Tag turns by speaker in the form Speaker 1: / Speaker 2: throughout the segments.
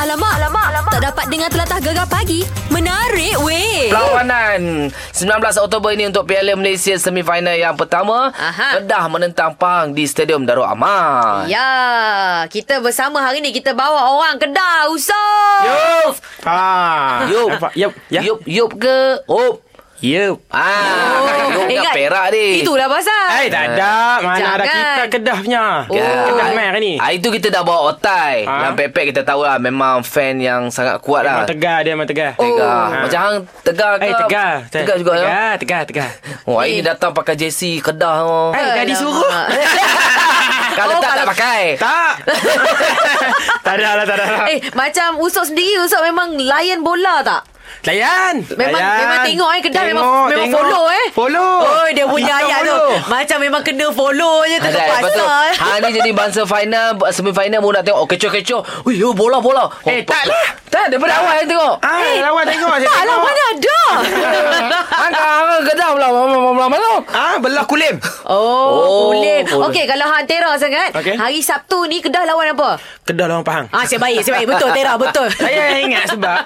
Speaker 1: Alamak, alamak, alamak. Tak dapat dengar telatah gegar pagi. Menarik weh.
Speaker 2: Perlawanan 19 Oktober ini untuk Piala Malaysia semifinal yang pertama
Speaker 3: Aha.
Speaker 2: Kedah menentang Pahang di Stadium Darul Aman
Speaker 3: Ya, kita bersama hari ni kita bawa orang Kedah, Usop.
Speaker 2: Yup
Speaker 4: Ah.
Speaker 2: Yup
Speaker 4: Apa? Yup. Ya.
Speaker 2: Yup Yup ke Up
Speaker 4: Yup.
Speaker 2: Ah,
Speaker 3: Oh.
Speaker 2: Yup
Speaker 3: Eh,
Speaker 2: dengan Perak ni
Speaker 3: Itulah pasal.
Speaker 2: Ah.
Speaker 4: Eh, tak ada. Mana ada
Speaker 3: Jangan.
Speaker 4: kita Kedah punya.
Speaker 3: Oh.
Speaker 2: Ya.
Speaker 4: Kedah main hari ni.
Speaker 2: Ah, itu kita dah bawa otai.
Speaker 4: Ah.
Speaker 2: Yang Pepek kita tahu lah memang fan yang sangat kuat
Speaker 4: Memang
Speaker 2: lah.
Speaker 4: tegar dia, memang tegar.
Speaker 2: Tegar.
Speaker 4: Ah.
Speaker 2: Macam hang tegar ke?
Speaker 4: Eh, tegar.
Speaker 2: Tegar juga ya.
Speaker 4: Tegar, tegar, tegar.
Speaker 2: Oh,
Speaker 3: Eh.
Speaker 2: hari ni datang pakai JC Kedah. Oh.
Speaker 4: Eh, dah
Speaker 3: Alamak.
Speaker 4: disuruh.
Speaker 2: Kalau
Speaker 3: Oh,
Speaker 2: tak tak
Speaker 3: kalau-
Speaker 2: pakai.
Speaker 4: tak. tak ada lah, tak ada lah.
Speaker 3: Eh, macam Usop sendiri, Usop memang layan bola tak?
Speaker 4: Layan.
Speaker 3: Memang
Speaker 4: Layan.
Speaker 3: memang tengok eh Kedah memang
Speaker 4: Tengok,
Speaker 3: memang
Speaker 4: tengok.
Speaker 3: follow eh.
Speaker 4: Follow.
Speaker 3: Oh, dia punya
Speaker 4: Kita
Speaker 3: ayat tu.
Speaker 4: follow.
Speaker 3: Macam memang kena follow je tengok
Speaker 2: Lepas tu,
Speaker 3: pasal. eh.
Speaker 2: ha ni jadi bangsa final, semifinal mu nak tengok. Oh, kecoh-kecoh. Ui, oh, bola, bola. Oh,
Speaker 4: Eh, tak lah.
Speaker 2: Tak, daripada awal yang tengok.
Speaker 4: Ah, lawan tengok. saya
Speaker 3: Eh, Tak lah,
Speaker 4: tengok.
Speaker 3: mana ada.
Speaker 2: Angkat, lah, kedah pula. Mana?
Speaker 4: Ah, belah kulim.
Speaker 3: Oh,
Speaker 2: Oh,
Speaker 3: boleh.
Speaker 2: boleh.
Speaker 3: Okey, kalau hang tera sangat,
Speaker 4: Okey.
Speaker 3: hari Sabtu ni Kedah lawan apa?
Speaker 4: Kedah lawan Pahang.
Speaker 3: Ah, saya baik, saya baik. Betul, tera, betul.
Speaker 4: Saya ingat sebab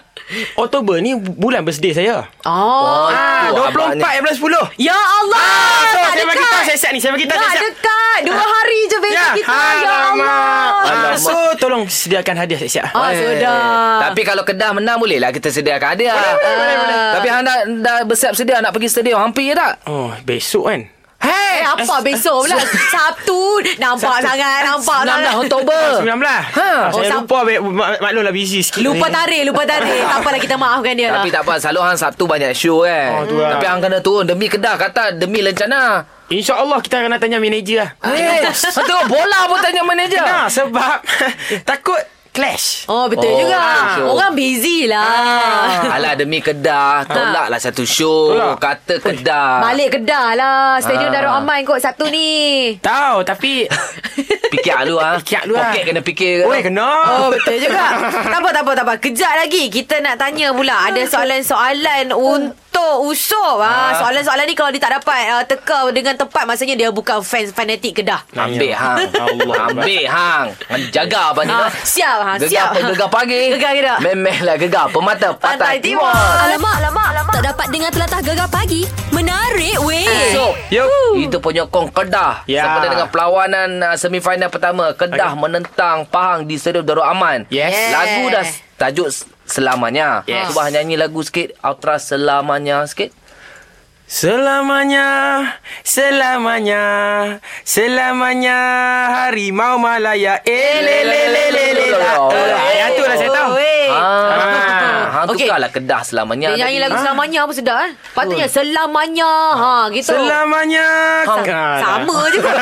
Speaker 4: Oktober ni bulan birthday saya.
Speaker 3: Oh.
Speaker 4: Ah,
Speaker 2: Oh, abang
Speaker 4: 24
Speaker 2: ni.
Speaker 4: 11 10.
Speaker 3: Ya Allah,
Speaker 4: Ah, so
Speaker 3: tak
Speaker 4: saya bagi tahu
Speaker 3: dekat.
Speaker 4: saya set ni, saya bagi tahu
Speaker 3: tak
Speaker 4: saya set.
Speaker 3: dekat. Dua hari je besok kita. ya Allah.
Speaker 4: Ah,
Speaker 2: Alamak.
Speaker 4: so tolong sediakan hadiah siap-siap.
Speaker 3: Ah, sudah.
Speaker 2: Eh, Tapi kalau Kedah menang boleh lah kita sediakan hadiah. Boleh, boleh, boleh. Tapi hang dah, dah bersiap sedia nak pergi stadium. Hampir je tak?
Speaker 4: Oh, besok kan.
Speaker 3: Eh, apa besok pula? Sabtu. Nampak sangat, nampak
Speaker 2: 19
Speaker 3: sangat.
Speaker 2: Oktober.
Speaker 4: Ah, 19. Ha,
Speaker 2: Ha.
Speaker 4: saya
Speaker 3: Oh, sam-
Speaker 4: lupa be- mak- maklumlah lah, busy sikit.
Speaker 3: Lupa
Speaker 4: tak?
Speaker 3: tarik, lupa tarik. tak apalah kita maafkan dia lah.
Speaker 2: Tapi tak apa Selalu hang Sabtu banyak show kan
Speaker 4: Oh, tu lah.
Speaker 2: Tapi hang kena turun Demi Kedah Kata demi lencana
Speaker 4: InsyaAllah kita akan nak tanya manager lah.
Speaker 3: Ha.
Speaker 2: Eh Hang tengok bola pun tanya manager
Speaker 4: Nah, sebab takut clash.
Speaker 3: Oh, betul
Speaker 2: Oh, Ah.
Speaker 3: juga.
Speaker 2: betul.
Speaker 3: Orang busy lah.
Speaker 2: Alah demi Kedah Tolaklah satu show
Speaker 4: Tolak.
Speaker 2: Kata Kedah
Speaker 3: Balik Kedah lah. Stadium
Speaker 2: Ah.
Speaker 3: Darul Aman kot Sabtu ni.
Speaker 4: Tahu tapi
Speaker 2: Fikir dulu ha
Speaker 4: Fikir dulu
Speaker 3: ah.
Speaker 4: lah.
Speaker 2: Poket kena fikir
Speaker 4: Oi kena.
Speaker 3: Oh betul juga Tak apa tak apa tak apa Kejap lagi Kita nak tanya pula Ada soalan-soalan Untuk Usop
Speaker 4: Ah.
Speaker 3: ha, Soalan-soalan ni Kalau dia tak dapat uh, Teka dengan tepat Maksudnya dia bukan fans Fanatik Kedah
Speaker 2: Ambil
Speaker 4: Ya.
Speaker 2: hang
Speaker 4: Allah.
Speaker 2: Ambil hang Jaga apa ni
Speaker 3: ha,
Speaker 2: ha?
Speaker 3: Siap ha,
Speaker 2: Gegar,
Speaker 3: Siap
Speaker 2: pe- gegar pagi
Speaker 3: Gegar Kedah
Speaker 2: Memeh lah gegar Pemata
Speaker 3: Pantai
Speaker 2: Pantai,
Speaker 3: Timur.
Speaker 1: Alamak, alamak, alamak. Tak dapat dengar telatah gegar pagi. Menarik weh.
Speaker 2: So,
Speaker 4: Yup.
Speaker 2: itu penyokong Kedah
Speaker 4: Ya.
Speaker 2: sempena dengan perlawanan uh, semifinal pertama Kedah
Speaker 4: Okey.
Speaker 2: menentang Pahang di Stadium Darul Aman.
Speaker 4: Yes.
Speaker 3: Yeah.
Speaker 2: Lagu dah s- tajuk S- Selamanya.
Speaker 4: Yes.
Speaker 2: Cuba nyanyi lagu sikit Ultra Selamanya sikit.
Speaker 4: Selamanya, selamanya, selamanya harimau Malaya. Eh, le, le, le, le, le, la, eh, la. Yang tu lah saya tahu.
Speaker 3: Ah, oh, Weh.
Speaker 2: Ah, hang
Speaker 3: Eh. Okey.
Speaker 2: tukarlah Kedah Selamanya.
Speaker 3: Dia nyanyi
Speaker 2: tadi.
Speaker 4: Ah.
Speaker 3: lagu Selamanya pun sedap eh Patutnya Selamanya ha, gitu
Speaker 4: Selamanya.
Speaker 2: Hang-
Speaker 4: Ah,
Speaker 3: Sama je kot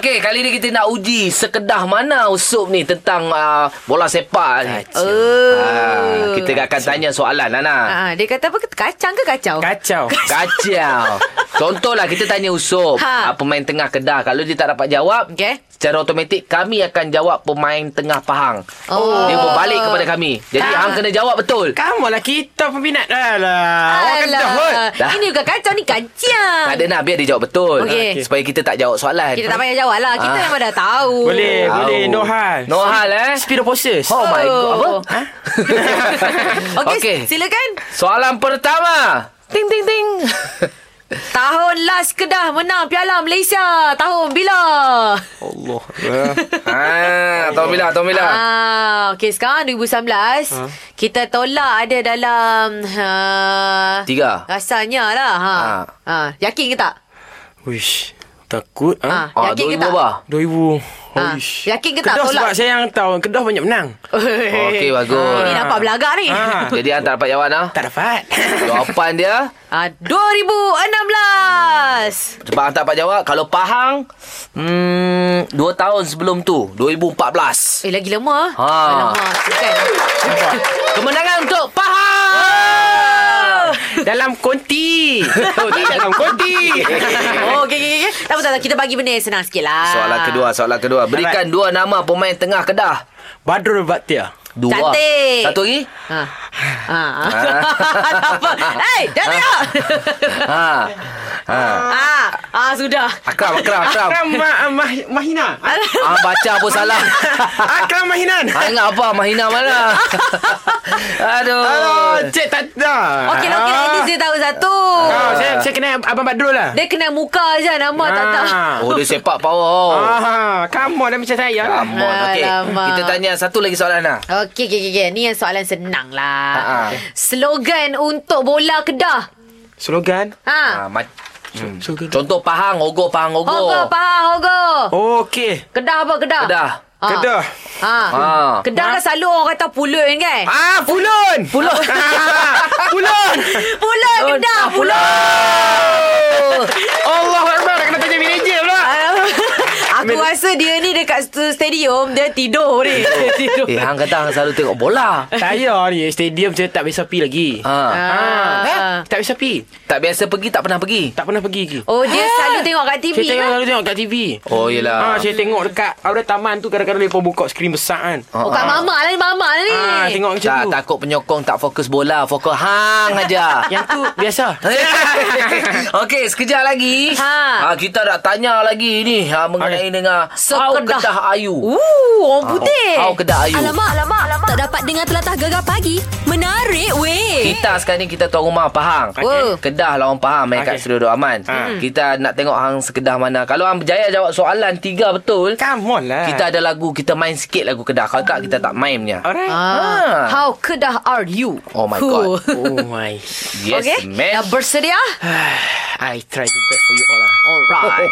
Speaker 2: Okey, kali ni kita nak uji sekedah mana Usop ni tentang uh, bola sepak ni.
Speaker 3: Oh.
Speaker 2: Ah, kita akan tanya soalan Nana.
Speaker 3: ha, Dia kata apa Kacang ke kacau?
Speaker 4: Kacau.
Speaker 2: Kacau. Contohlah kita tanya Usop,
Speaker 3: Ha.
Speaker 2: ha. pemain tengah Kedah. Kalau dia tak dapat jawab,
Speaker 3: Okey.
Speaker 2: secara automatik kami akan jawab pemain tengah Pahang.
Speaker 3: Oh.
Speaker 2: Dia berbalik kepada kami. Jadi
Speaker 3: Ah.
Speaker 2: hang kena jawab betul.
Speaker 4: Kamu lah kita peminat. Alah. Orang kena kot.
Speaker 3: Alah,
Speaker 2: kan Dah.
Speaker 3: ini bukan kacau ni kacang.
Speaker 2: Tak ada nak biar dia jawab betul.
Speaker 3: Okey.
Speaker 2: Supaya kita tak jawab soalan.
Speaker 3: Kita tak payah jawab lah. Kita
Speaker 2: Ah.
Speaker 3: memang dah tahu.
Speaker 4: Boleh,
Speaker 2: Tahu.
Speaker 4: boleh. No hal.
Speaker 2: No hal eh.
Speaker 4: Speed of process.
Speaker 2: Oh my god. Apa?
Speaker 4: Ha?
Speaker 3: Okey,
Speaker 2: Okey.
Speaker 3: okay. silakan.
Speaker 2: Soalan pertama. Ting ting ting.
Speaker 3: Tahun last Kedah menang Piala Malaysia. Tahun bila?
Speaker 4: Allah.
Speaker 2: ah, tahu bila, tahu bila. Ha.
Speaker 3: Ah, Okey, sekarang 2019. Kita tolak ada dalam... Uh,
Speaker 2: Tiga.
Speaker 3: Rasanya lah. Ha.
Speaker 2: Ah.
Speaker 3: Ha. Yakin ke tak?
Speaker 4: Wish. Takut.
Speaker 3: Ha.
Speaker 4: Ha?
Speaker 2: Ah,
Speaker 3: Yakin ke
Speaker 2: 2000
Speaker 3: tak?
Speaker 2: bah.
Speaker 4: 2000.
Speaker 3: Ha.
Speaker 4: Wish.
Speaker 3: Yakin ke tak
Speaker 4: Kedah
Speaker 3: tolak?
Speaker 4: sebab saya yang tahu. Kedah banyak menang.
Speaker 2: Okey, bagus. Ha.
Speaker 3: Ini nampak belagak Ha, ni.
Speaker 4: Ah.
Speaker 2: Jadi hang tak dapat jawab nah.
Speaker 4: Tak dapat.
Speaker 2: Jawapan dia
Speaker 3: Ah, 2016.
Speaker 2: Sebab hang tak dapat jawab Kalau Pahang hmm, Dua tahun sebelum tu 2014
Speaker 3: Eh, lagi lama.
Speaker 2: Ha.
Speaker 3: Alamak, silakan.
Speaker 2: Kemenangan untuk Pahang
Speaker 4: Dalam konti. Oh, tak dalam konti.
Speaker 3: Oh, okay, okay, okay. Tak apa, tak apa. Kita bagi benda yang senang sikit lah.
Speaker 2: Soalan kedua Soalan kedua Berikan dua nama pemain tengah Kedah
Speaker 4: Badrul Bakhtia.
Speaker 2: Dua
Speaker 3: Cantik.
Speaker 2: Satu lagi
Speaker 3: Ha. Ha. tak apa. Hei, jangan tengok.
Speaker 2: ha. ha.
Speaker 3: Ha. Ah sudah.
Speaker 2: Akram, Akram, Akram.
Speaker 4: Akram ma, mah, Mahina.
Speaker 2: Ah, baca pun salah.
Speaker 4: Akram Mahinan.
Speaker 2: Ah, ingat apa? Mahina mana? Aduh.
Speaker 4: Hello, cik tak tahu.
Speaker 3: Okey, okey. At least dia tahu satu.
Speaker 4: Ya. Ah, saya, saya kenal Abang Badrul lah.
Speaker 3: Dia kena muka je nama tak tahu.
Speaker 2: Oh, dia sepak power.
Speaker 4: Ah, kamu dah macam saya lah.
Speaker 2: Oh. Come on. Okay.
Speaker 3: Alamak.
Speaker 2: Kita tanya satu lagi soalan lah.
Speaker 3: Okey, okey, okey. okey. Ni yang soalan senang lah.
Speaker 2: Ha, ha.
Speaker 3: Slogan untuk bola Kedah.
Speaker 4: Slogan.
Speaker 3: Ha.
Speaker 2: Ah, ma- hmm.
Speaker 4: slogan.
Speaker 2: Contoh Pahang, Ogoh, Pahang, Ogoh.
Speaker 3: Hogo, faham Hogo.
Speaker 4: Okey.
Speaker 3: Kedah apa Kedah?
Speaker 2: Oh. Kedah.
Speaker 3: Ha.
Speaker 4: Kedah.
Speaker 3: Ha.
Speaker 2: Ha.
Speaker 3: Kedah kan selalu orang kata pulut kan? kan?
Speaker 4: Ah, pulun. Pulun. pulun.
Speaker 3: Pulut
Speaker 2: ah,
Speaker 3: Kedah, pulut.
Speaker 4: Allah Akbar. Kena tanya manager pula.
Speaker 3: Aku rasa dia ni dekat stu- stadium dia tidur ni. Dia tidur.
Speaker 2: Eh, Hang kata Hang selalu tengok bola.
Speaker 4: Saya ni stadium saya tak biasa pergi lagi.
Speaker 2: Ha.
Speaker 4: Ah. Eh? Tak biasa pergi.
Speaker 2: Tak biasa pergi, tak pernah pergi.
Speaker 4: Tak pernah pergi lagi.
Speaker 3: Oh
Speaker 5: Ah.
Speaker 3: dia selalu tengok kat TV
Speaker 4: Saya tengok
Speaker 3: kan?
Speaker 4: selalu tengok kat TV.
Speaker 2: Oh, yelah.
Speaker 4: Ah, saya tengok dekat ada taman tu kadang-kadang dia pun buka skrin besar kan.
Speaker 3: Oh kat mama lah ni mama lah ni.
Speaker 4: Ah, tengok macam
Speaker 2: Ah, tak,
Speaker 4: tu.
Speaker 2: takut penyokong tak fokus bola. Fokus hang aja.
Speaker 4: Yang tu biasa.
Speaker 2: Okey, sekejap lagi.
Speaker 3: Ha.
Speaker 2: Ha. kita nak tanya lagi ni ha, mengenai
Speaker 4: Okey.
Speaker 2: dengan How
Speaker 3: Sekedah.
Speaker 2: Kedah Ayu.
Speaker 3: Uh, orang putih.
Speaker 2: How Kedah Ayu.
Speaker 5: Alamak, alamak, alamak. Tak dapat dengar telatah gegar pagi. Menarik weh.
Speaker 2: Kita sekarang ni kita tuan rumah Pahang.
Speaker 3: Okey.
Speaker 2: Kedah lawan Pahang main okay. kat
Speaker 4: Okey.
Speaker 2: Seluruh Aman.
Speaker 4: Ha.
Speaker 2: Kita nak tengok hang sekedah mana. Kalau hang berjaya jawab soalan tiga betul,
Speaker 4: Come on lah.
Speaker 2: kita ada lagu, kita main sikit lagu Kedah. Kalau tak kita tak main punya.
Speaker 4: Alright.
Speaker 3: Ah.
Speaker 2: Ah.
Speaker 3: How Kedah are you?
Speaker 2: Oh my
Speaker 3: Cool.
Speaker 2: god. Eh.
Speaker 4: Oh my.
Speaker 2: Yes,
Speaker 3: okay. Dah
Speaker 2: man.
Speaker 3: bersedia?
Speaker 4: I try the best for you all lah.
Speaker 2: Alright.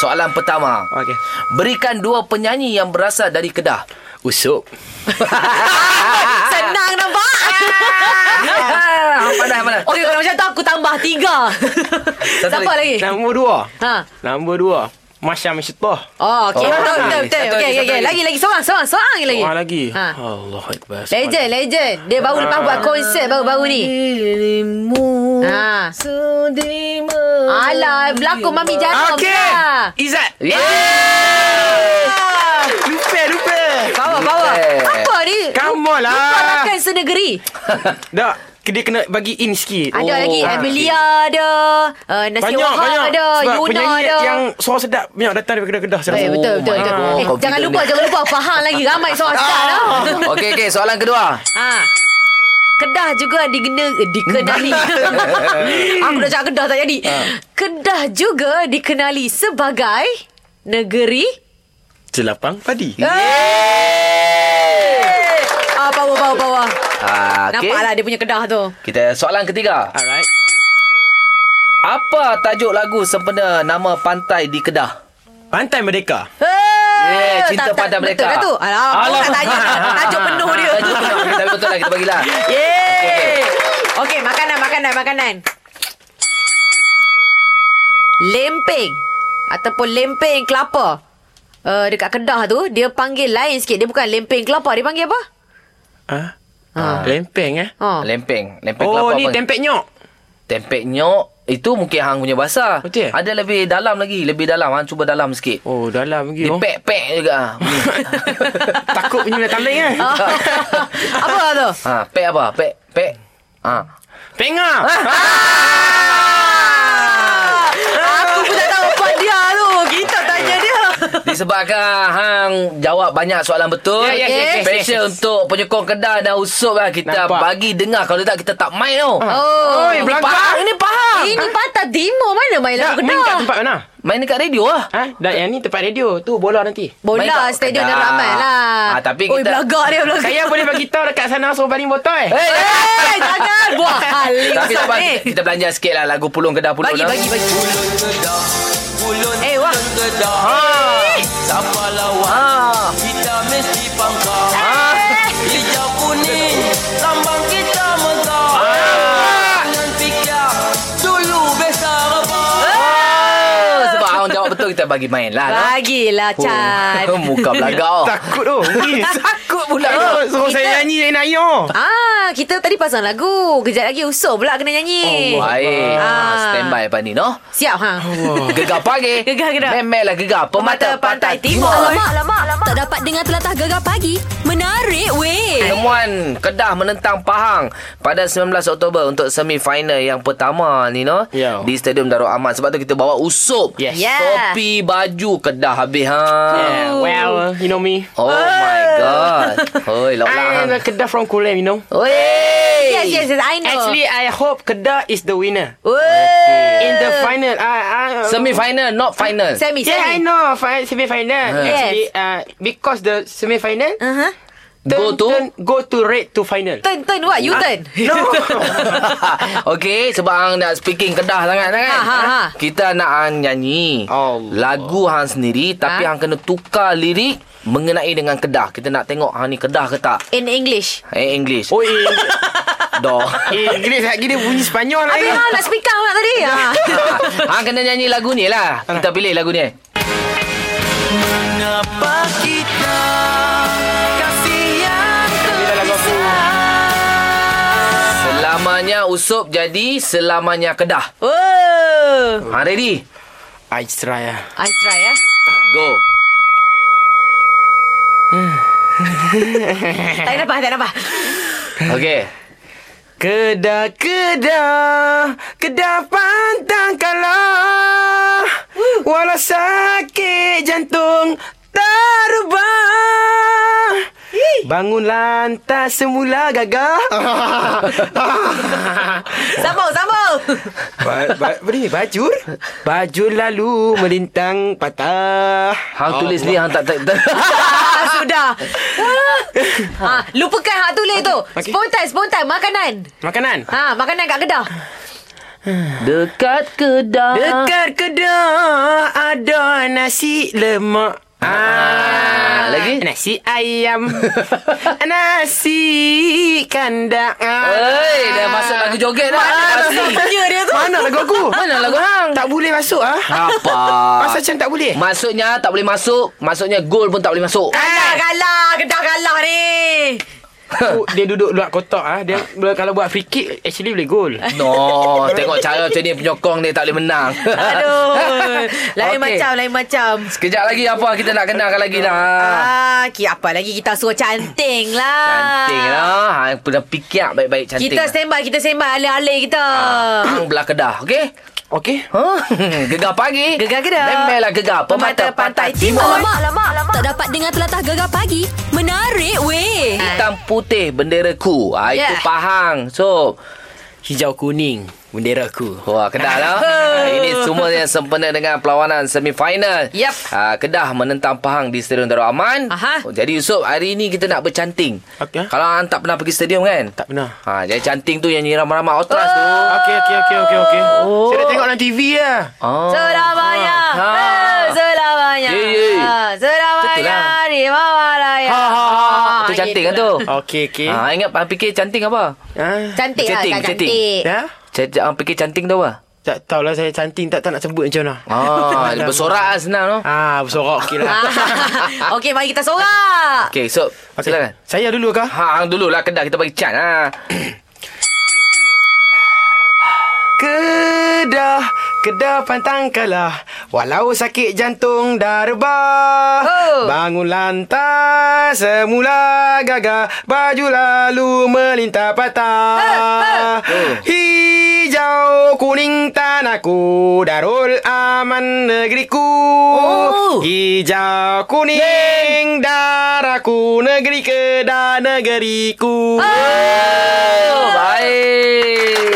Speaker 2: Soalan pertama.
Speaker 4: Okay.
Speaker 2: Berikan dua penyanyi yang berasal dari Kedah.
Speaker 4: Usup.
Speaker 3: Senang nampak.
Speaker 2: Ah, pandai, pandai.
Speaker 3: Okey kalau macam tu aku tambah tiga.
Speaker 2: Satu
Speaker 3: Siapa lagi?
Speaker 2: lagi.
Speaker 4: Nombor dua.
Speaker 3: Eh. Ha.
Speaker 4: Nombor dua. Masya Masyatoh.
Speaker 3: Oh, okey.
Speaker 2: Oh,
Speaker 3: Betul, betul,
Speaker 2: okey.
Speaker 3: betul. Okey, okey,
Speaker 2: Satu lagi, satu
Speaker 3: okey.
Speaker 2: lagi.
Speaker 3: Lagi, lagi. Seorang, seorang, seorang lagi.
Speaker 4: Orang lagi.
Speaker 3: Ha.
Speaker 4: Allah Akbar.
Speaker 3: Legend, legend. Dia baru lepas buat
Speaker 4: Ah.
Speaker 3: konsert baru-baru ni.
Speaker 2: Dirimu
Speaker 3: Ha.
Speaker 2: sedih
Speaker 3: Alah, berlakon Mami Janom
Speaker 4: Okey.
Speaker 3: lah.
Speaker 4: Izzat.
Speaker 2: Ya. Yeah.
Speaker 4: Lupa, lupa.
Speaker 3: Power, power.
Speaker 2: Yeah.
Speaker 3: Apa ni?
Speaker 4: Come on lah.
Speaker 3: Lupa makan senegeri.
Speaker 4: Tak. Dia kena bagi in sikit.
Speaker 3: Ada
Speaker 2: Oh,
Speaker 3: lagi
Speaker 2: ah,
Speaker 3: Amelia ada, uh, Nasi
Speaker 4: banyak,
Speaker 3: Wahab
Speaker 4: banyak.
Speaker 3: ada,
Speaker 4: Sebab
Speaker 3: Yuna
Speaker 4: penyanyi
Speaker 3: ada.
Speaker 4: yang suara sedap banyak datang daripada Kedah saya
Speaker 3: Eh,
Speaker 4: rasa.
Speaker 3: betul, betul,
Speaker 2: Oh my
Speaker 3: betul.
Speaker 2: God,
Speaker 3: Eh, jangan
Speaker 2: confident
Speaker 3: lupa,
Speaker 2: dia.
Speaker 3: jangan lupa. Faham lagi. Ramai
Speaker 4: Ah.
Speaker 3: seorang start lah.
Speaker 2: Okey okey soalan kedua.
Speaker 3: Ha. Kedah juga digena, dikenali. Aku dah cakap Kedah tak jadi.
Speaker 2: Ha.
Speaker 3: Kedah juga dikenali sebagai negeri.
Speaker 4: Jelapang padi.
Speaker 3: Ah, power, power, power.
Speaker 2: Ah, okey.
Speaker 3: Nampaklah dia punya Kedah tu.
Speaker 2: Kita soalan ketiga.
Speaker 4: Alright.
Speaker 2: Apa tajuk lagu sempena nama pantai di Kedah?
Speaker 4: Pantai Merdeka.
Speaker 2: Eh,
Speaker 3: Hei,
Speaker 2: cinta
Speaker 3: tak- tak-
Speaker 2: pada mereka.
Speaker 3: Betul dah tu. Alah, aku nak tanya. Tajuk penuh dia.
Speaker 2: Tajuk penuh. Okey, Tapi betul lah kita bagilah.
Speaker 3: Yeay. Okey, makanan, makanan, makanan. Lempeng. Ataupun lempeng kelapa. Uh, dekat Kedah tu, dia panggil lain sikit. Dia bukan lempeng kelapa. Dia panggil apa?
Speaker 4: Ha? Lempeng eh?
Speaker 3: Ha.
Speaker 2: Lempeng. Lempeng kelapa.
Speaker 4: Oh, ni
Speaker 2: panggil.
Speaker 4: tempek nyok.
Speaker 2: Tempek nyok. Itu mungkin hang punya bahasa.
Speaker 4: Betul?
Speaker 2: Ada lebih dalam lagi. Lebih dalam. Hang cuba dalam sikit.
Speaker 4: Oh, dalam lagi.
Speaker 2: Dia
Speaker 4: oh.
Speaker 2: pek-pek juga. Ni.
Speaker 4: Takut punya dah taling kan?
Speaker 3: apa tu?
Speaker 2: ha, pek apa? Pek. Pek. Ha.
Speaker 3: Ah.
Speaker 4: Pengah.
Speaker 3: Aku pun tak tahu apa dia tu. Kita tanya dia.
Speaker 2: Disebabkan Hang jawab banyak soalan betul
Speaker 4: Ya, ya,
Speaker 3: ya, ya,
Speaker 2: Special untuk penyokong Kedah dan Usop lah Kita
Speaker 4: Nampak.
Speaker 2: bagi dengar Kalau tak kita tak main tau
Speaker 3: Oh.
Speaker 4: Oi, belakang.
Speaker 2: Faham, ini faham
Speaker 3: Ini patah timur mana main
Speaker 4: Tak,
Speaker 3: lagu
Speaker 4: main kat
Speaker 3: Kedah?
Speaker 4: tempat mana?
Speaker 2: Main dekat radio lah
Speaker 3: Ah.
Speaker 4: Ha? Dan yang ni tempat radio. Tu bola nanti.
Speaker 2: Main
Speaker 3: Bola
Speaker 2: kat
Speaker 3: stadium dah
Speaker 2: Kedah.
Speaker 3: ramai lah.
Speaker 2: Ah, tapi
Speaker 3: Oi,
Speaker 2: kita-
Speaker 3: belagak dia belagak.
Speaker 4: Saya boleh bagi tahu dekat sana suruh baling botol eh.
Speaker 2: Eh,
Speaker 3: Eh, jangan buat hal
Speaker 2: Tapi tak apa
Speaker 3: Ah. ni.
Speaker 2: kita, kita belanja sikit lah Lagu Pulung Kedah Pulung
Speaker 3: eh. Bagi,
Speaker 2: Kedah.
Speaker 3: bagi, bagi. Eh, wah.
Speaker 2: Ha. Siapa lawan ha. Kita mesti pangkal ha. Hijau kuning Lambang kita mentah Jangan fikir Dulu besar apa Ah, Sebab awak jawab betul Kita bagi main lah no?
Speaker 3: Bagilah, Chan.
Speaker 2: Oh, Muka belagak
Speaker 4: Takut tu.
Speaker 2: Takut pula
Speaker 4: Oh, suruh saya nyanyi nak nyanyi. oh.
Speaker 3: Ah, kita tadi pasang lagu. Kejap lagi usuk pula kena nyanyi.
Speaker 2: Baik
Speaker 3: Ah.
Speaker 2: ha. Stand by Pak Ni no
Speaker 3: Siap, ha?
Speaker 2: Gegar pagi
Speaker 3: Gegar, gegar.
Speaker 2: Memelah gegar Pemata Oh, Pantai Timur
Speaker 3: Alamak,
Speaker 5: Alamak, alamak, alamak. Tak dapat dengar telatah gegar pagi. Menarik weh.
Speaker 2: Come perempuan Kedah menentang Pahang pada 19 Oktober untuk semifinal yang pertama ni no
Speaker 4: Ya.
Speaker 2: di Stadium Darul Aman sebab tu kita bawa usop
Speaker 4: Yes.
Speaker 3: Yeah.
Speaker 2: topi baju Kedah habis ha
Speaker 4: Yeah, well, you know me.
Speaker 2: Oh my god. Hoi, lok
Speaker 4: I'm
Speaker 2: lah.
Speaker 4: a Kedah from Kulim, you know.
Speaker 2: Oi.
Speaker 3: Yes, yes, yes. I know.
Speaker 4: Actually, I hope Kedah is the winner.
Speaker 3: Weh.
Speaker 4: In the final, I, I,
Speaker 2: Semi-final, not final.
Speaker 3: Semi,
Speaker 4: Yeah, I
Speaker 3: semi.
Speaker 4: know. Fi- semi-final.
Speaker 2: Yes.
Speaker 4: Actually, uh, because the semi-final,
Speaker 3: Uh-huh.
Speaker 4: turn-
Speaker 2: Go to?
Speaker 4: turn- go to red to final.
Speaker 3: Turn, turn what?
Speaker 2: Ah.
Speaker 3: You turn.
Speaker 4: No.
Speaker 2: okay, sebab hang nak speaking Kedah sangat kan.
Speaker 3: Ha, ha, ha.
Speaker 2: Kita nak hang nyanyi
Speaker 4: Allah.
Speaker 2: lagu hang sendiri tapi
Speaker 3: Ha?
Speaker 2: hang kena tukar lirik mengenai dengan Kedah. Kita nak tengok hang ni Kedah ke tak.
Speaker 3: In English.
Speaker 2: Eh English.
Speaker 4: oh, eh,
Speaker 2: Doh.
Speaker 4: eh, Inggeris lagi dia bunyi Sepanyol lagi.
Speaker 3: Habis hang nak speak out nak tadi. Ha.
Speaker 2: hang kena nyanyi lagu ni lah. Kita pilih lagu ni.
Speaker 6: Kenapa kita kasih yang terpisah
Speaker 2: Selamanya Usop jadi selamanya Kedah.
Speaker 3: Oh.
Speaker 2: Hang ready?
Speaker 4: I try ah.
Speaker 3: I try ya.
Speaker 2: Go.
Speaker 3: Tak nampak, tak nampak.
Speaker 2: Okay.
Speaker 4: Kedah, kedah, kedah pantang kalah. Walau sakit jantung terubah. Bangun lantas semula gagah.
Speaker 3: Sambung, sambung.
Speaker 4: ba, ba, apa ni? Bajur? Bajur lalu melintang patah.
Speaker 2: Hang tulis ni hang tak tak. tak.
Speaker 3: Ah, sudah. ha, lupakan hak tulis tu.
Speaker 4: Okey.
Speaker 3: Spontan, spontan. Makanan.
Speaker 4: Makanan.
Speaker 3: Ha, makanan kat Kedah.
Speaker 2: Dekat Kedah.
Speaker 4: Dekat kedai ada nasi lemak. Ah,
Speaker 2: lagi?
Speaker 4: Nasi ayam. nasi kandang.
Speaker 2: Oi, dah masuk Ah. lagu joget dah.
Speaker 3: Maksudnya dia tu.
Speaker 4: Ah. Mana lagu aku?
Speaker 2: Mana lagu hang?
Speaker 4: Tak boleh masuk ah.
Speaker 2: Apa?
Speaker 4: Masa macam tak boleh.
Speaker 2: Maksudnya tak boleh masuk. Maksudnya gol pun tak boleh masuk.
Speaker 3: Kalah, kalah. Kedah kalah ni.
Speaker 4: Aku- dia duduk luar kotak ah. Dia kalau buat free kick actually boleh gol.
Speaker 2: No, tengok cara macam ni penyokong dia tak boleh menang.
Speaker 3: Aduh. Lain
Speaker 2: Ah. Okey.
Speaker 3: macam, lain macam.
Speaker 2: Sekejap lagi apa kita nak kenalkan lagi lah.
Speaker 3: Ah, ki apa lagi kita suruh canting lah.
Speaker 2: Cantik lah. Hang pernah fikir baik-baik cantik.
Speaker 3: Kita Ah. stand by, kita sembang alih-alih kita.
Speaker 2: Hang belah Kedah, okey?
Speaker 4: Okey.
Speaker 2: Huh? Gegar pagi.
Speaker 3: Gegar Kedah.
Speaker 2: Memelah gegar. Pemata pantai timur.
Speaker 1: Alamak, alamak, alamak. Tak dapat dengar telatah gegar pagi. Menarik weh.
Speaker 2: Hitam putih bendera ku. Ha, itu
Speaker 3: Yeah.
Speaker 2: Pahang. So,
Speaker 4: Hijau kuning bendera aku.
Speaker 2: Wah, Kedah lah. Ah, Ini semua yang sempena dengan perlawanan semifinal.
Speaker 3: Yap.
Speaker 2: Ah, Kedah menentang Pahang di Stadium Darul Aman.
Speaker 3: Aha.
Speaker 2: Oh, Jadi Yusof, hari ini kita nak bercanting.
Speaker 4: Okey.
Speaker 2: Kalau hang tak pernah pergi stadium kan?
Speaker 4: Tak pernah.
Speaker 2: Ha, jadi canting tu yang ramai-ramai outras
Speaker 3: Oh.
Speaker 2: tu.
Speaker 4: Okey okey okey okey okey. Oh. Saya dah tengok dalam TV lah.
Speaker 2: Oh.
Speaker 3: Surabaya.
Speaker 2: Ha.
Speaker 3: Eh, Surabaya.
Speaker 2: Ye, ye.
Speaker 3: Ha, Surabaya
Speaker 2: Itulah.
Speaker 3: di Mamalaya.
Speaker 2: Ha, ha, ha.
Speaker 3: Ha,
Speaker 2: tu cantik kan tu?
Speaker 3: itulah.
Speaker 4: Okey okey.
Speaker 2: Ha, ingat hang fikir canting apa?
Speaker 4: Ah.
Speaker 3: Cantik lah,
Speaker 2: Cantik,
Speaker 3: tak
Speaker 2: cantik.
Speaker 3: cantik.
Speaker 4: Ya?
Speaker 2: Cantik, hang fikir canting tu apa?
Speaker 4: Tak tahulah saya cantik tak tak nak sebut macam mana.
Speaker 2: Ah, bersorak lah senang no.
Speaker 4: Ah, bersorak okey lah.
Speaker 3: Ah. Okey, mari kita sorak.
Speaker 2: Okey, so
Speaker 4: Okey.
Speaker 2: okay. silakan.
Speaker 4: Saya dulu kah?
Speaker 2: Ha, hang dululah Kedah kita bagi chance ha.
Speaker 4: Kedah Kedah pantang kalah Walau sakit jantung darba
Speaker 3: Oh.
Speaker 4: Bangun lantas Semula gagah Baju lalu melintah
Speaker 2: Ha,
Speaker 4: patah
Speaker 2: Oh.
Speaker 4: Hijau kuning tanahku Darul aman negeriku
Speaker 2: Oh.
Speaker 4: Hijau kuning darahku Negeri Kedah negeriku
Speaker 2: Oh, baik.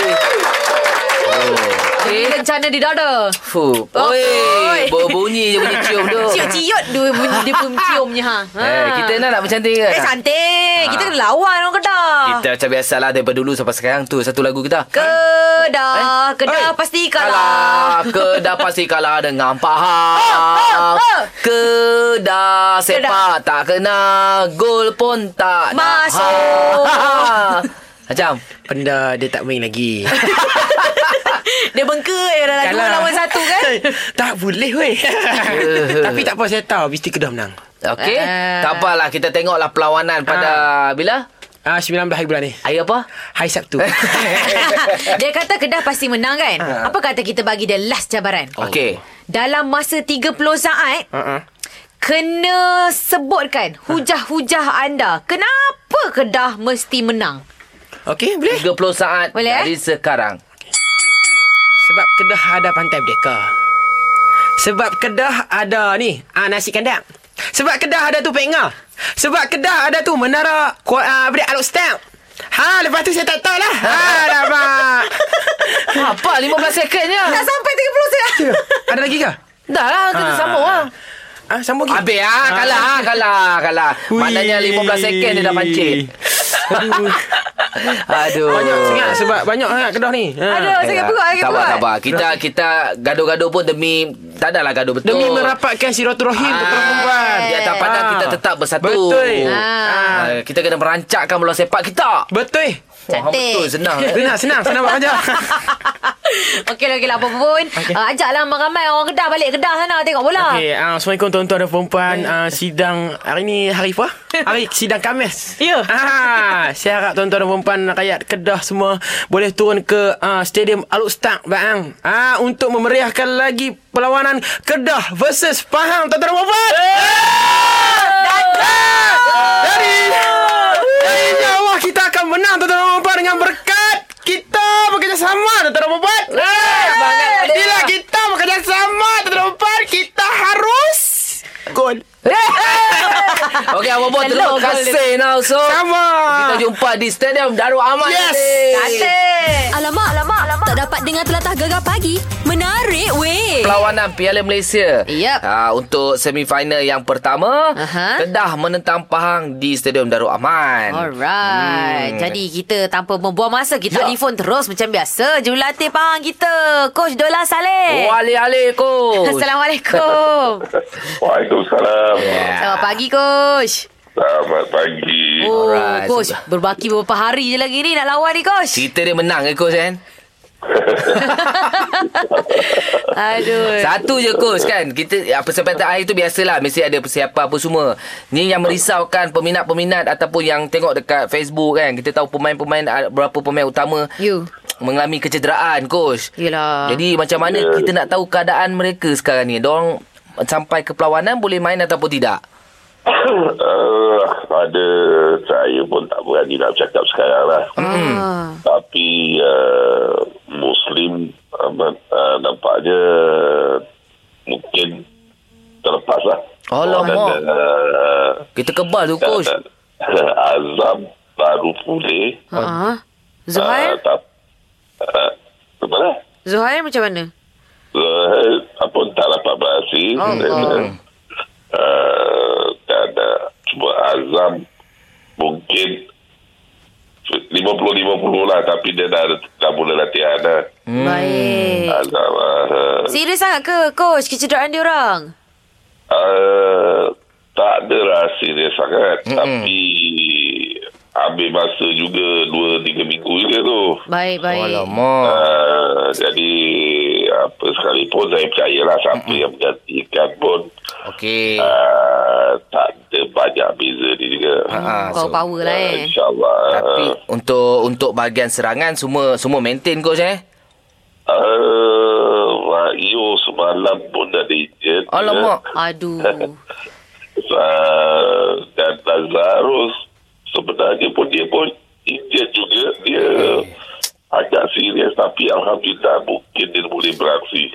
Speaker 3: Ini Lencana di dada.
Speaker 2: Fuh. Oi,
Speaker 3: Oi.
Speaker 2: berbunyi je bunyi cium tu.
Speaker 3: Ciut-ciut dia, bunyi- dia pun ciumnya. Ha.
Speaker 2: Eh, kita nak nak bercantik ke?
Speaker 3: Eh, cantik.
Speaker 2: Ha.
Speaker 3: Kita kena lawan orang Kedah.
Speaker 2: Kita macam biasalah daripada dulu sampai sekarang tu satu lagu kita.
Speaker 3: Kedah. Kedah
Speaker 2: Eh.
Speaker 3: pasti kalah.
Speaker 2: Kedah pasti kalah dengan
Speaker 3: Oh,
Speaker 2: Pahang. Kedah sepak tak kena. Gol pun tak nak.
Speaker 3: Masuk.
Speaker 2: Ha. Macam.
Speaker 4: Benda dia tak main lagi
Speaker 3: Dia bengkak dia dah dua
Speaker 4: Kalah.
Speaker 3: lawan satu kan.
Speaker 4: tak boleh weh. Tapi tak apa saya tahu mesti Kedah menang.
Speaker 2: Okey.
Speaker 3: Ah.
Speaker 2: Tak apalah. Kita tengoklah perlawanan pada bila?
Speaker 4: Ah 19 hari bulan ni.
Speaker 2: Hari apa?
Speaker 4: Hari Sabtu.
Speaker 3: dia kata Kedah pasti menang kan.
Speaker 4: Oh.
Speaker 3: Oh. Apa kata kita bagi dia last cabaran?
Speaker 2: Okey.
Speaker 3: Dalam masa 30 saat,
Speaker 4: Ha ah.
Speaker 3: Kena sebutkan hujah-hujah anda. Kenapa Kedah mesti menang?
Speaker 4: Okey, boleh?
Speaker 2: 30 saat
Speaker 3: Boleh, eh?
Speaker 2: dari sekarang.
Speaker 4: Sebab Kedah ada pantai Merdeka. Sebab Kedah ada ni, ah, nasi kandang. Sebab Kedah ada tu penga. Sebab Kedah ada tu menara ku- ah, apa dia Alok Stamp. Ha, lepas tu saya tak tahu lah. Ha, alamak.
Speaker 2: Apa 15 sekonnya?
Speaker 3: Tak sampai 30 sen.
Speaker 4: ada lagi ke?
Speaker 2: Dah lah kita
Speaker 4: Ah.
Speaker 2: sambung lah.
Speaker 4: Ah, sambung lagi.
Speaker 2: Habis lah Kalah ah, Kalah Kalah
Speaker 4: Hui.
Speaker 2: Maknanya 15 second Dia dah pancit Aduh
Speaker 4: Banyak sangat sebab banyak sangat Kedah ni. Ha.
Speaker 3: Aduh, sakit perut, sakit
Speaker 2: Sabar
Speaker 3: perut.
Speaker 2: sabar Kita kita Gaduh-gaduh pun demi Tak adalah gaduh betul
Speaker 4: Demi merapatkan silaturahim ah, perempuan.
Speaker 2: Di atas padang
Speaker 4: Ah.
Speaker 2: kita tetap bersatu
Speaker 4: Betul.
Speaker 2: Ah, Kita kena merancakkan bola sepak kita
Speaker 4: Betul.
Speaker 2: Wah,
Speaker 3: Cantik.
Speaker 2: Betul senang eh.
Speaker 4: Senang, senang, senang buat panjang.
Speaker 3: Okey lah, okey lah. Apa pun. Okay. Uh, ajaklah ramai orang Kedah balik Kedah sana tengok bola.
Speaker 4: Okey, uh, Assalamualaikum tuan-tuan dan perempuan. Uh, sidang hari ni hari apa? Hari sidang Khamis.
Speaker 3: Ya.
Speaker 4: Ah, saya harap tuan-tuan dan perempuan rakyat Kedah semua boleh turun ke uh, Stadium Aluk Stak Bang. Ah, untuk memeriahkan lagi perlawanan Kedah versus Pahang tuan-tuan dan perempuan. Ah, Dari dari Jawa kita akan menang tuan-tuan dan perempuan dengan berkat kita bekerjasama tuan-tuan dan perempuan.
Speaker 2: bangat ada.
Speaker 4: Bila kita bekerjasama tuan-tuan dan perempuan kita harus gol.
Speaker 2: Okey apa pun
Speaker 3: Hello,
Speaker 2: terima kasih Nauso.
Speaker 4: Sama.
Speaker 2: Kita jumpa di Stadium Darul Aman.
Speaker 4: Yes.
Speaker 2: nanti.
Speaker 1: Alamak, alamak, alamak. Tak dapat dengar telatah gegar pagi. Menarik, weh.
Speaker 2: Perlawanan Piala Malaysia
Speaker 3: Yep.
Speaker 2: Ah, Untuk semifinal yang pertama
Speaker 3: Aha.
Speaker 2: Kedah menentang Pahang di Stadium Darul Aman
Speaker 3: Alright. Hmm. Jadi kita tanpa membuang masa kita yeah.
Speaker 2: Ya.
Speaker 3: telefon terus macam biasa jurulatih pahang kita Coach Dola Saleh.
Speaker 2: Wali Ali coach
Speaker 3: Assalamualaikum.
Speaker 7: Waalaikumsalam.
Speaker 3: Selamat pagi coach.
Speaker 7: Selamat pagi.
Speaker 3: Oh,
Speaker 2: Alright.
Speaker 3: coach berbaki beberapa hari je lagi ni nak lawan ni coach.
Speaker 2: Cerita dia menang ke coach kan
Speaker 3: Aduh.
Speaker 2: Satu je coach kan Kita ya, Persiapan akhir tu biasalah Mesti ada persiapan apa semua Ni yang merisaukan Peminat-peminat Ataupun yang tengok dekat Facebook kan Kita tahu pemain-pemain ah, Berapa pemain utama
Speaker 3: You.
Speaker 2: Mengalami kecederaan coach
Speaker 3: Ya. Yelah.
Speaker 2: Jadi macam mana Kita nak tahu keadaan mereka sekarang ni Diorang Sampai ke perlawanan Boleh main ataupun tidak
Speaker 7: uh, pada saya pun tak berani nak cakap sekarang lah. Hmm.
Speaker 3: Ah.
Speaker 7: Tapi uh, Muslim uh, uh, nampaknya mungkin terlepas lah.
Speaker 2: Alamak.
Speaker 7: Dan, uh,
Speaker 2: Kita kebal tu
Speaker 7: dan,
Speaker 2: coach
Speaker 7: dan, Azam baru pulih.
Speaker 3: Ha.
Speaker 7: Uh,
Speaker 2: Ah,
Speaker 3: Zuhair,
Speaker 7: tak, uh, kemana?
Speaker 3: Zuhair macam mana?
Speaker 7: Uh, apa tak dapat berhasil
Speaker 3: Oh,
Speaker 7: dan,
Speaker 3: oh.
Speaker 7: uh, dan uh, cuma Azam mungkin 50-50 lah tapi dia dah, dah mula latihan dah
Speaker 3: Hmm. Baik.
Speaker 7: Azam uh,
Speaker 3: Serius sangat ke coach kecederaan dia orang?
Speaker 7: uh, tak ada rahsia dia sangat mm tapi ambil masa juga 2-3 minggu juga tu
Speaker 3: Baik, baik.
Speaker 2: Alamak
Speaker 7: Uh, jadi apa sekalipun saya percayalah siapa yang menggantikan pun
Speaker 2: Okey
Speaker 7: Ah, tak ada banyak beza dia juga.
Speaker 2: Ah,
Speaker 3: Power
Speaker 2: so-
Speaker 3: power lah
Speaker 7: Ah,
Speaker 3: eh.
Speaker 7: InsyaAllah.
Speaker 2: Tapi untuk untuk bahagian serangan semua semua maintain coach eh.
Speaker 7: Uh, Rayo semalam pun dah ya. diinjet.
Speaker 2: Alamak.
Speaker 3: Aduh.
Speaker 7: Uh, dan Lazarus sebenarnya pun dia pun injet juga. Dia agak serius tapi Alhamdulillah mungkin dia boleh beraksi.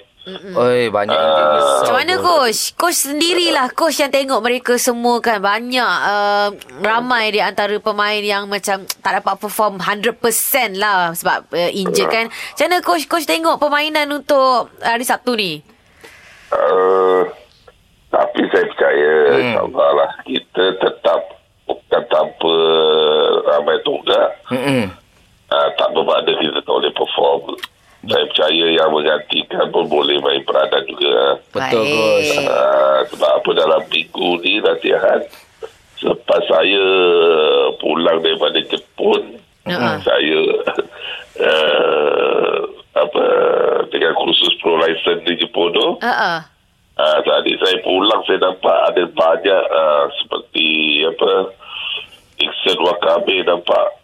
Speaker 2: Oi banyak yang dia risau.
Speaker 3: Macam mana coach? Coach sendirilah coach yang tengok mereka semua kan banyak uh, ramai di antara pemain yang macam tak dapat perform 100% lah sebab uh, injured kan. Macam mana coach coach tengok permainan untuk hari Sabtu ni?
Speaker 7: Uh, tapi saya percaya hmm. insyaAllah lah kita tetap bukan tanpa ramai tunggak
Speaker 2: Mm-mm.
Speaker 7: uh, tak bermakna kita tak boleh perform saya percaya yang menggantikan pun boleh main peranan juga
Speaker 2: Betul
Speaker 3: Baik.
Speaker 2: coach.
Speaker 7: uh, sebab apa dalam minggu ni latihan selepas saya pulang daripada Jepun
Speaker 3: Ha-ha.
Speaker 7: saya uh, apa dengan kursus pro license di Jepun tu
Speaker 3: Ha ah.
Speaker 7: Ah, tadi saya pulang saya nampak ada banyak ah, seperti apa Iksan Wakabe nampak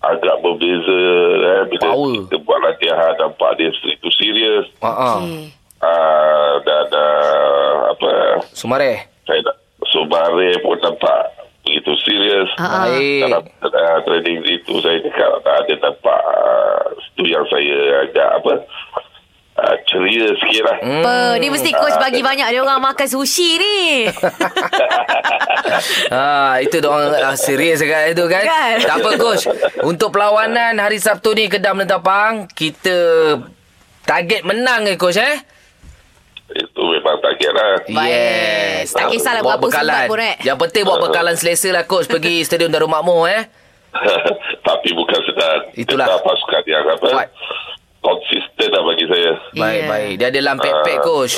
Speaker 7: agak berbeza eh, bila
Speaker 2: Power.
Speaker 7: kita buat latihan nampak dia itu serius
Speaker 2: Ha ah.
Speaker 3: Okay.
Speaker 7: ah, dan ah, apa
Speaker 2: Sumare.
Speaker 7: Mahrez pun nampak begitu serius
Speaker 3: Ah, ah.
Speaker 7: dalam
Speaker 2: Baik.
Speaker 7: uh, trading itu saya cakap ah, tak ada nampak uh, itu yang saya agak apa uh, ceria sikit lah hmm.
Speaker 3: Apa? Ni mesti coach bagi banyak dia orang makan sushi ni.
Speaker 2: Ha, itu dia orang ah, serius kan itu kan.
Speaker 3: Kan?
Speaker 2: Tak apa coach. Untuk perlawanan hari Sabtu ni Kedah menentang kita target menang eh coach eh.
Speaker 7: itu memang target lah
Speaker 2: Yes.
Speaker 3: Tak kisahlah
Speaker 2: Buat
Speaker 3: berapa
Speaker 2: bekalan.
Speaker 3: sebat pun, eh.
Speaker 2: Yang penting buat bekalan selesa lah coach pergi stadium Darul Makmur eh.
Speaker 7: tapi bukan sedang
Speaker 2: Itulah.
Speaker 7: sedang pasukan yang apa
Speaker 2: Kuat.
Speaker 7: konsisten lah bagi saya
Speaker 2: Baik
Speaker 3: Ya.
Speaker 2: baik. Dia ada lampek-pek
Speaker 7: Ah.
Speaker 2: coach.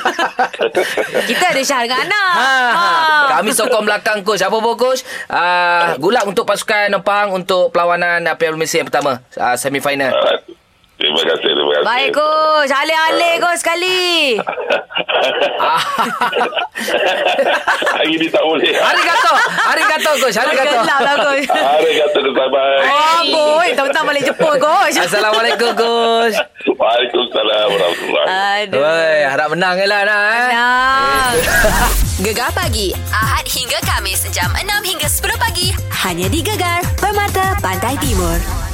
Speaker 3: Kita ada Syah dengan Ana.
Speaker 2: Ha, ha.
Speaker 3: Ah.
Speaker 2: Kami sokong belakang coach. Apa pun coach? Uh, gulak untuk pasukan Nepang untuk perlawanan uh, Piala Malaysia yang pertama uh, semi final.
Speaker 7: Ah, terima kasih terima kasih
Speaker 3: Baik coach. Alih-alih coach sekali.
Speaker 2: Ah.
Speaker 7: hari ni tak boleh
Speaker 2: Hari kata, hari kata coach, hari kata.
Speaker 3: Gelap lah coach.
Speaker 7: hari kata bye bye
Speaker 3: Oh boy, teman-teman balik Jepun coach.
Speaker 2: Assalamualaikum coach.
Speaker 7: Waalaikumsalam warahmatullahi
Speaker 3: Aduh.
Speaker 2: Woi, harap menang je lah nak eh.
Speaker 3: Nah.
Speaker 1: Gegar pagi Ahad hingga Kamis jam 6 hingga 10 pagi hanya di Gegar Permata Pantai Timur.